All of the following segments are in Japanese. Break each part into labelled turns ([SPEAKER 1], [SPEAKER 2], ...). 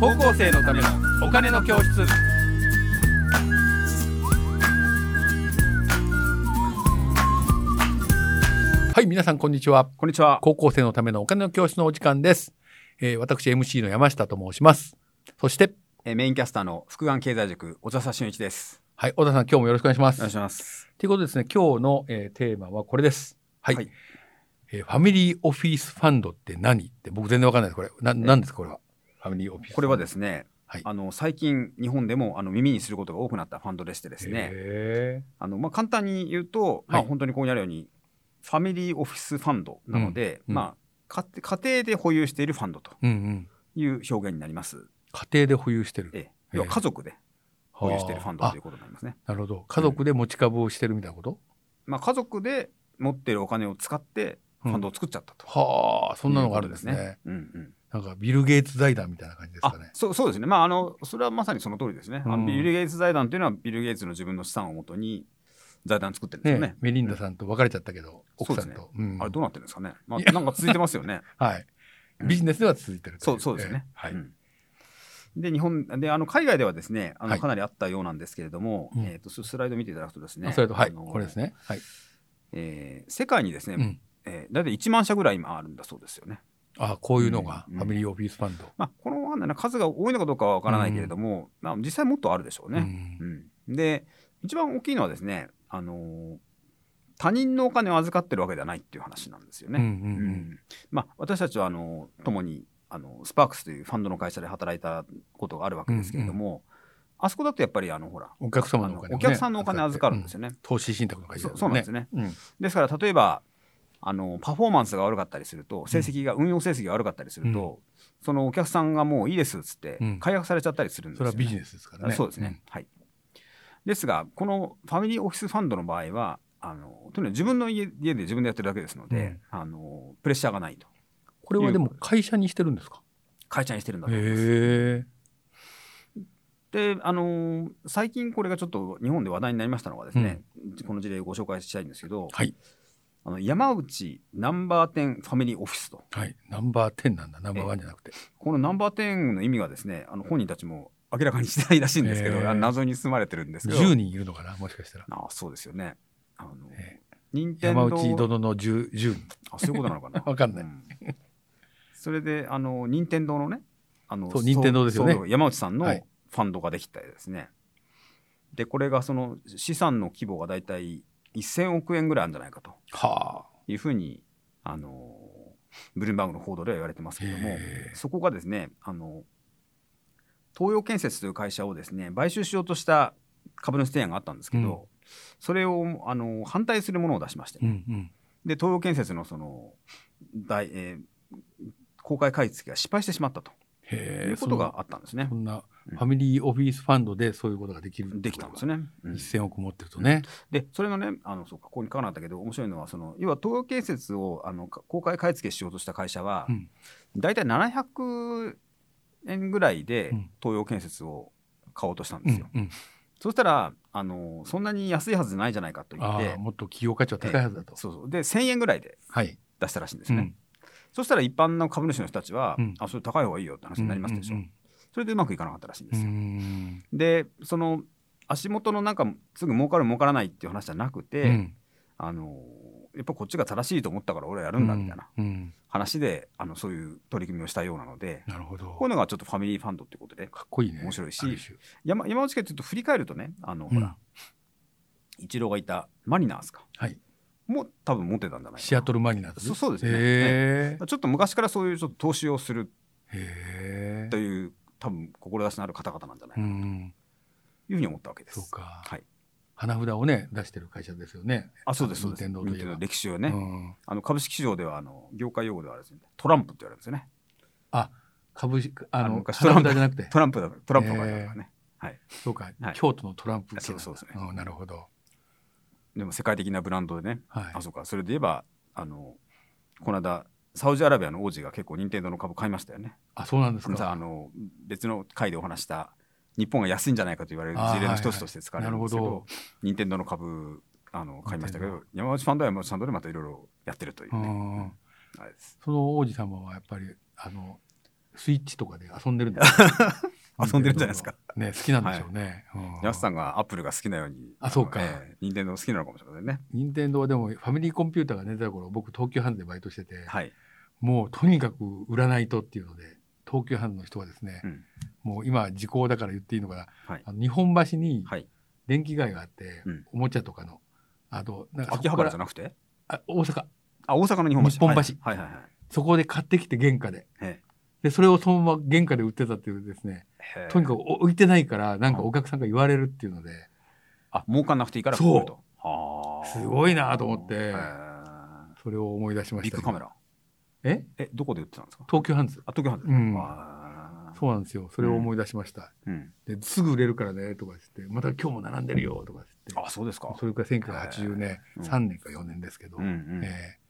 [SPEAKER 1] 高校生のためのお金の教室
[SPEAKER 2] はい、皆さんこんにちは。
[SPEAKER 1] こんにちは
[SPEAKER 2] 高校生のためのお金の教室のお時間です。えー私 MC の山下と申します。そして、
[SPEAKER 1] えーメインキャスターの福眼経済塾小笹俊一です
[SPEAKER 2] はい、小田さん今日もよろしくお願いします。
[SPEAKER 1] お願いします
[SPEAKER 2] ということでですね、今日の、えーテーマはこれです。はい、
[SPEAKER 1] はい
[SPEAKER 2] えーファミリーオフィスファンドって何って僕全然わかんないです。これ。な、なんですかこれは。ファミリーオフィス。
[SPEAKER 1] これはですすね、
[SPEAKER 2] はい
[SPEAKER 1] あの最近日本でもあの耳にすることが多くなったファンドでしてですね
[SPEAKER 2] へ
[SPEAKER 1] あの、まあ、簡単に言うと、まあ、
[SPEAKER 2] はい
[SPEAKER 1] 本当にここにあるようにファミリーオフィスファンドなので、
[SPEAKER 2] うんうん
[SPEAKER 1] まあ、か家庭で保有しているファンドと
[SPEAKER 2] ー。うんうん。
[SPEAKER 1] いう表現になります、
[SPEAKER 2] 家庭で保有してる。
[SPEAKER 1] ええ要は家族で保有しているファンド
[SPEAKER 2] はあ
[SPEAKER 1] ということになりますね、
[SPEAKER 2] なるほど。家族で持ち株をしてるみたいなこと、
[SPEAKER 1] まあ、家族で持っているお金を使ってファンドを作っちゃったと、
[SPEAKER 2] はあ、そんなのがあるんですね。
[SPEAKER 1] うんうん、
[SPEAKER 2] なんかビル・ゲイツ財団みたいな感じです
[SPEAKER 1] あ
[SPEAKER 2] かね。
[SPEAKER 1] そうそうですね、まああの、それはまさにその通りですね、あの
[SPEAKER 2] うん
[SPEAKER 1] ビル・ゲイツ財団というのは、ビル・ゲイツの自分の資産をもとに財団作ってるんで
[SPEAKER 2] ね
[SPEAKER 1] すよね。
[SPEAKER 2] メリンダさんと別れちゃったけど、
[SPEAKER 1] そう
[SPEAKER 2] 奥さ
[SPEAKER 1] です
[SPEAKER 2] ん
[SPEAKER 1] ね
[SPEAKER 2] と。うん
[SPEAKER 1] あれ、どうなってるんですかね、ま
[SPEAKER 2] い
[SPEAKER 1] あ、
[SPEAKER 2] や
[SPEAKER 1] なんか続いてます よね。
[SPEAKER 2] はい。
[SPEAKER 1] うん
[SPEAKER 2] ビジネスでは続いてるとい
[SPEAKER 1] そうそうですね
[SPEAKER 2] え、えはい。
[SPEAKER 1] うんで日本であの海外ではですねあ
[SPEAKER 2] は
[SPEAKER 1] の
[SPEAKER 2] い
[SPEAKER 1] かなりあったようなんですけれども、
[SPEAKER 2] うん
[SPEAKER 1] えー、とススライド見ていただくとですね
[SPEAKER 2] あそれと、はい、
[SPEAKER 1] あの
[SPEAKER 2] これですね。はい。
[SPEAKER 1] えー世界にですね、
[SPEAKER 2] うん。
[SPEAKER 1] えー大体1万社ぐらい今あるんだそうですよね。
[SPEAKER 2] あこういうのが、
[SPEAKER 1] うん
[SPEAKER 2] ファミリーオフィスファンド。
[SPEAKER 1] まあ、この案内の数が多いのかどうかは分からないけれども、まあ、実際もっとあるでしょうね。
[SPEAKER 2] うん
[SPEAKER 1] うんで一番大きいのはですね、あのー他人のお金を預かってるわけではないっていう話なんですよ
[SPEAKER 2] うんう
[SPEAKER 1] ね。うんんまあ、私たちはあの共にあのスパークスというファンドの会社で働いたことがあるわけですけれども、あそこだとやっぱりあのほら
[SPEAKER 2] うんお客様
[SPEAKER 1] あ
[SPEAKER 2] のお
[SPEAKER 1] の
[SPEAKER 2] 金をね
[SPEAKER 1] お客さんのお金を預かるんです
[SPEAKER 2] よ。
[SPEAKER 1] よね。
[SPEAKER 2] 投資信託の会社
[SPEAKER 1] そそうなんです
[SPEAKER 2] ね。
[SPEAKER 1] ね。
[SPEAKER 2] うん
[SPEAKER 1] ですから例えばあのパフォーマンスが悪かったりすると成績が、運用成績が悪かったりすると、そのお客さんがもういいですっつって、
[SPEAKER 2] うん
[SPEAKER 1] 解約されちゃったりするんです
[SPEAKER 2] そ
[SPEAKER 1] よ、
[SPEAKER 2] れ
[SPEAKER 1] ね。
[SPEAKER 2] はビジネスですからね。
[SPEAKER 1] そうですね、はい、ですがこのファミリーオフィスファンドの場合はあのとにかく自分の家家で自分でやってるだけですので、あのプレッシャーがないと
[SPEAKER 2] うん。これはでも会社にしてるんですか
[SPEAKER 1] 会社にしてるんだ
[SPEAKER 2] へ
[SPEAKER 1] と思います。
[SPEAKER 2] え。
[SPEAKER 1] であの最近これがちょっと日本で話題になりましたのがですね、この事例をご紹介したいんですけど、
[SPEAKER 2] はい。
[SPEAKER 1] あの山内ナンバーテンファミリーオフィスと
[SPEAKER 2] はい。ナンバー10なんだ。ナンバーワンじゃなくて。
[SPEAKER 1] このナンバーテンの意味がですねあの本人たちも明らかにしてないらしいんですけど、
[SPEAKER 2] へー
[SPEAKER 1] あの謎に包まれてるんですけど
[SPEAKER 2] 10人いるのかなもしかしたら。
[SPEAKER 1] あそうですよね。あの
[SPEAKER 2] え
[SPEAKER 1] 任天
[SPEAKER 2] 山
[SPEAKER 1] 堂
[SPEAKER 2] 内殿の 10, 10人。
[SPEAKER 1] あそういうことなのかな
[SPEAKER 2] わかんない
[SPEAKER 1] うんそれであの任天堂のねあの
[SPEAKER 2] そう任天堂ですよね
[SPEAKER 1] そう山内さんの
[SPEAKER 2] は
[SPEAKER 1] フ
[SPEAKER 2] い
[SPEAKER 1] ァンドができたりですね、でこれがその資産の規模が大体1000億円ぐらいあるんじゃないかと
[SPEAKER 2] はあ。
[SPEAKER 1] いうふうにあのブルームバーグの報道では言われてますけども
[SPEAKER 2] へー
[SPEAKER 1] そこがですねあの東洋建設という会社をですね買収しようとした株主提案があったんですけど、
[SPEAKER 2] うん
[SPEAKER 1] それをあの反対するものを出しまして、
[SPEAKER 2] うんうん。
[SPEAKER 1] で東洋建設のその大、えー公開買い付けが失敗してしまったとい
[SPEAKER 2] へえ。
[SPEAKER 1] うことがあったんですね
[SPEAKER 2] そ。んな
[SPEAKER 1] う
[SPEAKER 2] フ
[SPEAKER 1] ん
[SPEAKER 2] ァミリーオフィスファンドでそういうことができる
[SPEAKER 1] できたんです
[SPEAKER 2] ね。
[SPEAKER 1] ね。うん
[SPEAKER 2] 1000億持ってるとね。
[SPEAKER 1] でそれのねあのそうかここに書かなかったけど面白いのはその要は東洋建設をあのか公開買い付けしようとした会社は、
[SPEAKER 2] うん
[SPEAKER 1] 大体700円ぐらいで
[SPEAKER 2] うん
[SPEAKER 1] 東洋建設を買おうとしたん
[SPEAKER 2] う
[SPEAKER 1] ですよ。
[SPEAKER 2] んうん。
[SPEAKER 1] そしたらあのそんなに安いはずじゃないじゃないかと言っ
[SPEAKER 2] あ
[SPEAKER 1] て
[SPEAKER 2] あ、もっと企業価値は高いはずだと。
[SPEAKER 1] そうそうで1000円ぐらいで
[SPEAKER 2] はい。
[SPEAKER 1] 出したらしいんです
[SPEAKER 2] う
[SPEAKER 1] ね。
[SPEAKER 2] ん
[SPEAKER 1] そしたら一般の株主の人たちは、
[SPEAKER 2] うん
[SPEAKER 1] あそれ高い方がいいよって話になりますでしょ、
[SPEAKER 2] うん
[SPEAKER 1] それでうまくいかなかったらしいんで
[SPEAKER 2] うんう
[SPEAKER 1] すよ、
[SPEAKER 2] ん
[SPEAKER 1] でその足元のなんかすぐ儲かる儲からないっていう話じゃなくて、
[SPEAKER 2] うんうん
[SPEAKER 1] あのやっぱこっちが正しいと思ったから俺はやるんだみたいな
[SPEAKER 2] うんうん
[SPEAKER 1] 話で、あのそういう取り組みをしたようなので
[SPEAKER 2] なるほど。
[SPEAKER 1] こういうのがちょっとファミリーファンドっていうことで
[SPEAKER 2] かっこいいね。
[SPEAKER 1] 面白いし
[SPEAKER 2] ある種
[SPEAKER 1] 山山内家ってちょっと振り返るとねあの、
[SPEAKER 2] う
[SPEAKER 1] ほ
[SPEAKER 2] ん
[SPEAKER 1] ら一郎がいたマリナーズか
[SPEAKER 2] はい。
[SPEAKER 1] も多分持ってたんじゃないかな
[SPEAKER 2] シアトルマリナーズ。
[SPEAKER 1] そうそうですよね
[SPEAKER 2] へ
[SPEAKER 1] ちょっと昔からそういうちょっと投資をする
[SPEAKER 2] え。へえ。
[SPEAKER 1] と。いう多分志のある方々なんじゃないうかなんというふうに思ったわけです。
[SPEAKER 2] そうか。
[SPEAKER 1] はい。
[SPEAKER 2] 花札をね、出してる会社ですよね。
[SPEAKER 1] あそうですそうです。
[SPEAKER 2] 任天堂といえば
[SPEAKER 1] 任天堂の歴史をね、
[SPEAKER 2] うん
[SPEAKER 1] あの株式市場ではあの業界用語ではあれですね、トランプって言われるんですよね。
[SPEAKER 2] あ、株式、あ
[SPEAKER 1] あの
[SPEAKER 2] の、
[SPEAKER 1] 昔
[SPEAKER 2] 花札じゃな くて。
[SPEAKER 1] トランプだトランプの会社だからね。
[SPEAKER 2] そうか
[SPEAKER 1] はい。
[SPEAKER 2] 京都のトランプ家なんだ。
[SPEAKER 1] そうそうですね
[SPEAKER 2] んなるほど。
[SPEAKER 1] でも世界的なブランドでね。
[SPEAKER 2] はい
[SPEAKER 1] あ。そうか。それで言えばあのこの間サウジアラビアの王子が結構任天堂の株買いましたよね。
[SPEAKER 2] あ、そうなんです
[SPEAKER 1] そのさあ
[SPEAKER 2] か。
[SPEAKER 1] の別の回でお話した日本が安いんじゃないかと言われる事例の一つとして使われるんですけ
[SPEAKER 2] あーはいはい
[SPEAKER 1] ど、任天堂の株あの買いましたけ
[SPEAKER 2] 任
[SPEAKER 1] ど、山内ファンドは山内ファンドでまたいろいろやってるという
[SPEAKER 2] う
[SPEAKER 1] ね。
[SPEAKER 2] ん。
[SPEAKER 1] あれです。
[SPEAKER 2] その王子様はやっぱり、あの、スイッチとかで遊んでるんです
[SPEAKER 1] 遊んでるんじゃないですか。
[SPEAKER 2] ね、好きなんでしょうね。
[SPEAKER 1] ヤスさ
[SPEAKER 2] ん。
[SPEAKER 1] んがアップルが好きなように。
[SPEAKER 2] あそうか
[SPEAKER 1] ええ任天堂好きなのかもしれませんね。
[SPEAKER 2] 任天堂はでも、ファミリーコンピューターが寝てた頃、僕、東急ハンズでバイトしてて、
[SPEAKER 1] はい。
[SPEAKER 2] もうとにかく売らないとっていうので、東急ハンズの人はですね、
[SPEAKER 1] うん
[SPEAKER 2] もう今、時効だから言っていいのかな、
[SPEAKER 1] はい
[SPEAKER 2] あの日本橋に
[SPEAKER 1] はい。
[SPEAKER 2] 電気街があって、
[SPEAKER 1] うん
[SPEAKER 2] おもちゃとかの、あと、なんかそ
[SPEAKER 1] 秋
[SPEAKER 2] こか
[SPEAKER 1] 葉原じ
[SPEAKER 2] ら
[SPEAKER 1] ゃなくて。
[SPEAKER 2] あ大阪、
[SPEAKER 1] あ、大阪の日本橋。
[SPEAKER 2] 日本橋
[SPEAKER 1] はいはいはい
[SPEAKER 2] そこで買ってきて、原価で。
[SPEAKER 1] はい。
[SPEAKER 2] で、それをそのまま原価で売ってたっていうですね、とにか
[SPEAKER 1] く。
[SPEAKER 2] く置いてないから、なんかお客さんが言われるっていうので、
[SPEAKER 1] あ、儲かんなくていいから。
[SPEAKER 2] そう
[SPEAKER 1] う。はあ。
[SPEAKER 2] すごいなと思って
[SPEAKER 1] へえ
[SPEAKER 2] それを思い出しまし
[SPEAKER 1] ビッ
[SPEAKER 2] た。
[SPEAKER 1] グカメラ。
[SPEAKER 2] え
[SPEAKER 1] え、どこで売ってたんですか。
[SPEAKER 2] 東急ハンズ。
[SPEAKER 1] あ、東京ハンズ。
[SPEAKER 2] うん
[SPEAKER 1] あー
[SPEAKER 2] そうなんですよ。それを思い出しました。
[SPEAKER 1] うん。
[SPEAKER 2] ですぐ売れるからねとか言って、また今日も並んでるよとか言って、
[SPEAKER 1] あ、そうですか。
[SPEAKER 2] それから1980年、
[SPEAKER 1] うん
[SPEAKER 2] 3年か4年ですけど、
[SPEAKER 1] うんうん。
[SPEAKER 2] えー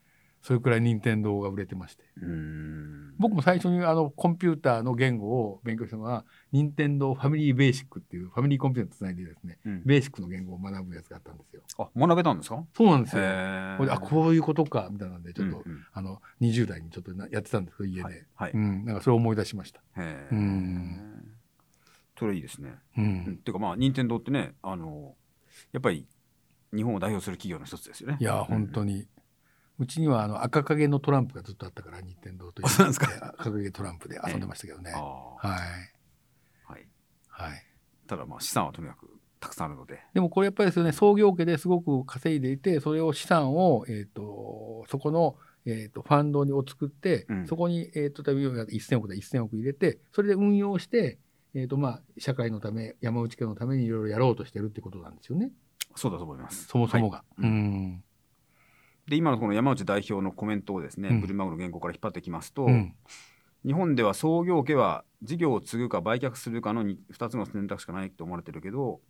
[SPEAKER 2] それくらい任天堂が売れてまして。
[SPEAKER 1] うん。
[SPEAKER 2] 僕も最初にあのコンピューターの言語を勉強したのは、任天堂ファミリーベーシックっていうファミリーコンピューターとつないでですね、
[SPEAKER 1] うん
[SPEAKER 2] ベーシックの言語を学ぶやつがあったんですよ。
[SPEAKER 1] あ、学べたんですか。
[SPEAKER 2] そうなんですよ。
[SPEAKER 1] へ
[SPEAKER 2] これであ、こういうことか、みたいなんで、ちょっと、
[SPEAKER 1] うんうん
[SPEAKER 2] あの、20代にちょっとなやってたんですけど、家で。
[SPEAKER 1] はい。はい。
[SPEAKER 2] うん、なんかそれを思い出しました。
[SPEAKER 1] へ
[SPEAKER 2] う
[SPEAKER 1] え
[SPEAKER 2] ん。
[SPEAKER 1] それいいですね。
[SPEAKER 2] う
[SPEAKER 1] うん
[SPEAKER 2] ん。
[SPEAKER 1] ていうかまあ任天堂ってねあのやっぱり日本を代表する企業の一つですよね。
[SPEAKER 2] いや、本当
[SPEAKER 1] に。
[SPEAKER 2] に。うちにはあの赤影のトランプがずっとあったから、任天堂という。
[SPEAKER 1] あそうなんですか
[SPEAKER 2] 赤影トランプで遊んでましたけどね。
[SPEAKER 1] あ
[SPEAKER 2] はい。
[SPEAKER 1] あはい。
[SPEAKER 2] はい。
[SPEAKER 1] ただまあ資産はとにかくたくさんあるので。
[SPEAKER 2] でもこれやっぱりですよね、創業家ですごく稼いでいて、それを資産を、えっ、と、そこの、えっ、と、ファンドにを作って、
[SPEAKER 1] うん
[SPEAKER 2] そこに、えっ、と、例えば1000億で1000億入れて、それで運用して、えっ、と、まあ、社会のため、山内家のためにいろいろやろうとしてるってことなんですよね。
[SPEAKER 1] そうだと思います。
[SPEAKER 2] そもそもが。
[SPEAKER 1] い
[SPEAKER 2] うん。
[SPEAKER 1] で今のこの山内代表のコメントをですね、
[SPEAKER 2] うん
[SPEAKER 1] ブルーマグの原稿から引っ張ってきますと、
[SPEAKER 2] うん。
[SPEAKER 1] 日本では創業家は事業を継ぐか売却するかのに2つの選択しかないと思われてるけど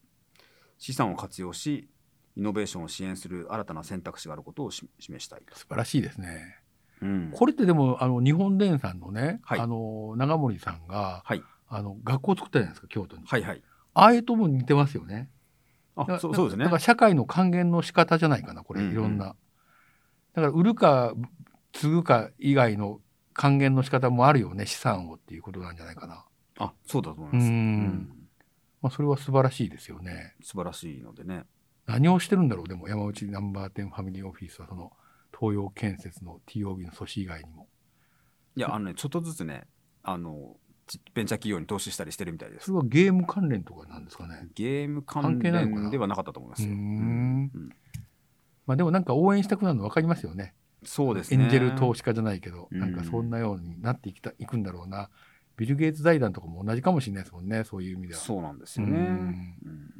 [SPEAKER 1] 資産を活用しイノベーションを支援する新たな選択肢があることをし示したいと。
[SPEAKER 2] 素晴らしいですね。
[SPEAKER 1] うん
[SPEAKER 2] これってでも、あの、日本電産のね、
[SPEAKER 1] はい
[SPEAKER 2] あの、長森さんが、
[SPEAKER 1] はい
[SPEAKER 2] あの、学校を作ったじゃないですか、京都に。
[SPEAKER 1] はいはい。
[SPEAKER 2] ああいうとも似てますよね。
[SPEAKER 1] あそうそうですね
[SPEAKER 2] だか。ら社会の還元の仕方じゃないかな、これ、
[SPEAKER 1] うんうん
[SPEAKER 2] いろんな。だから、売るか、継ぐか以外の還元の仕方もあるよね、資産をっていうことなんじゃないかな。
[SPEAKER 1] あそうだと思いうます。
[SPEAKER 2] ん。まあ、それは素晴らしいですよね。
[SPEAKER 1] 素晴らしいのでね。
[SPEAKER 2] 何をしてるんだろう、でも、山内ナンバーテンファミリーオフィスは、その、東洋建設の TOB の組織以外にも。
[SPEAKER 1] いや、あのね、ちょっとずつね、あの、ちベンチャー企業に投資したりしてるみたいで
[SPEAKER 2] そ
[SPEAKER 1] す。
[SPEAKER 2] れはゲーム関連とかなんですかね。
[SPEAKER 1] ゲーム関
[SPEAKER 2] 関係ないのか
[SPEAKER 1] 連
[SPEAKER 2] な
[SPEAKER 1] ではなかったと思いま
[SPEAKER 2] うー
[SPEAKER 1] すよ。
[SPEAKER 2] ん
[SPEAKER 1] うん
[SPEAKER 2] まあ、でもなんか応援したくなるの分かりますよね。
[SPEAKER 1] そうです
[SPEAKER 2] エ
[SPEAKER 1] ね。
[SPEAKER 2] ンジェル投資家じゃないけど、
[SPEAKER 1] うん
[SPEAKER 2] なんかそんなようになっていきたいくんだろうな。ビル・ゲイツ財団とかも同じかもしれないですもんね、そういう意味では。
[SPEAKER 1] そうなんです
[SPEAKER 2] う
[SPEAKER 1] よね。
[SPEAKER 2] ん
[SPEAKER 1] うん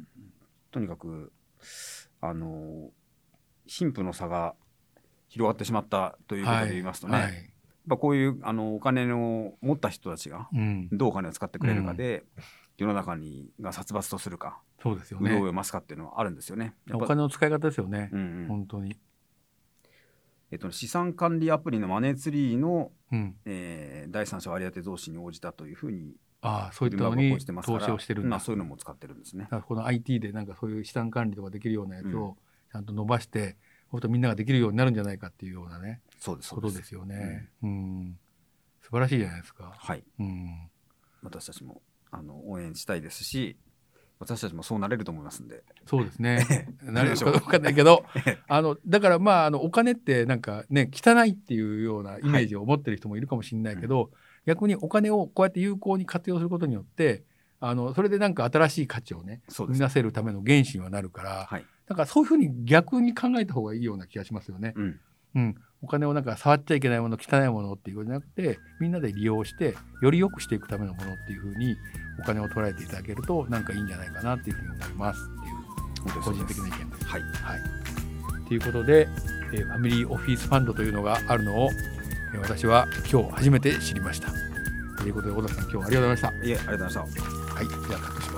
[SPEAKER 1] とにかく、あの、貧富の差が広がってしまったということで言いますとね、
[SPEAKER 2] は
[SPEAKER 1] やっ
[SPEAKER 2] い
[SPEAKER 1] ぱこういうあのお金を持った人たちが、
[SPEAKER 2] うん、
[SPEAKER 1] どうお金を使ってくれるかで、世の中にが殺伐とするか、
[SPEAKER 2] そうですよ
[SPEAKER 1] 潤いを
[SPEAKER 2] ね。
[SPEAKER 1] 増すかっていうのはあるんですよね。やっ
[SPEAKER 2] お
[SPEAKER 1] ぱ
[SPEAKER 2] 金の使い方ですよね
[SPEAKER 1] う、んうん
[SPEAKER 2] 本当に。
[SPEAKER 1] えっと、資産管理アプリのマネーツリーの、
[SPEAKER 2] うん、
[SPEAKER 1] えー第三者割当増資に応じたというふうに
[SPEAKER 2] ああ、そういった
[SPEAKER 1] 車
[SPEAKER 2] の
[SPEAKER 1] が
[SPEAKER 2] に
[SPEAKER 1] 報じてますか
[SPEAKER 2] 投
[SPEAKER 1] ら
[SPEAKER 2] 資をしてるんだ。
[SPEAKER 1] まあ、そういうのも使ってるんですね
[SPEAKER 2] だ。からこの IT でなんかそういう資産管理とかできるようなやつをちゃんと伸ばして、もっとみんなができるようになるんじゃないかっていうようなね、
[SPEAKER 1] そうですそ
[SPEAKER 2] こ
[SPEAKER 1] うで
[SPEAKER 2] と
[SPEAKER 1] す
[SPEAKER 2] ですよね。うん、素晴らしいじゃないですか。
[SPEAKER 1] はい、
[SPEAKER 2] うん、
[SPEAKER 1] 私たちもあの応援したいですし私たちもそうなれると思いますんで、
[SPEAKER 2] そうです ね。なる
[SPEAKER 1] でし
[SPEAKER 2] か
[SPEAKER 1] ょう
[SPEAKER 2] わかんないけど
[SPEAKER 1] ええ、
[SPEAKER 2] あの、だからまあ、あの、お金ってなんかね、汚いっていうようなイメージを持ってる人もいるかもしれないけど、逆にお金をこうやって有効に活用することによって、あの、それでなんか新しい価値をね、
[SPEAKER 1] そう
[SPEAKER 2] 生
[SPEAKER 1] で
[SPEAKER 2] み
[SPEAKER 1] すね
[SPEAKER 2] 出せるための原資にはなるから、
[SPEAKER 1] はい、
[SPEAKER 2] なんかそういうふうに逆に考えた方がいいような気がしますよね。
[SPEAKER 1] うん、
[SPEAKER 2] うん。お金をなんか触っちゃいけないもの、汚いものっていうことじゃなくて、みんなで利用して、より良くしていくためのものっていうふうに、お金を捉えていただけると、なんかいいんじゃないかなっていうふうに思いますっていう。
[SPEAKER 1] 本当にそ
[SPEAKER 2] 個
[SPEAKER 1] う
[SPEAKER 2] 人
[SPEAKER 1] で
[SPEAKER 2] 的
[SPEAKER 1] す
[SPEAKER 2] な意見です。
[SPEAKER 1] はい
[SPEAKER 2] はい。ということで、えーファミリーオフィスファンドというのがあるのを、えー私は今日初めて知りました。ということで、小田さん、今日はありがとうございま
[SPEAKER 1] いえありがとうございました
[SPEAKER 2] した。はい、じゃあ、カットします。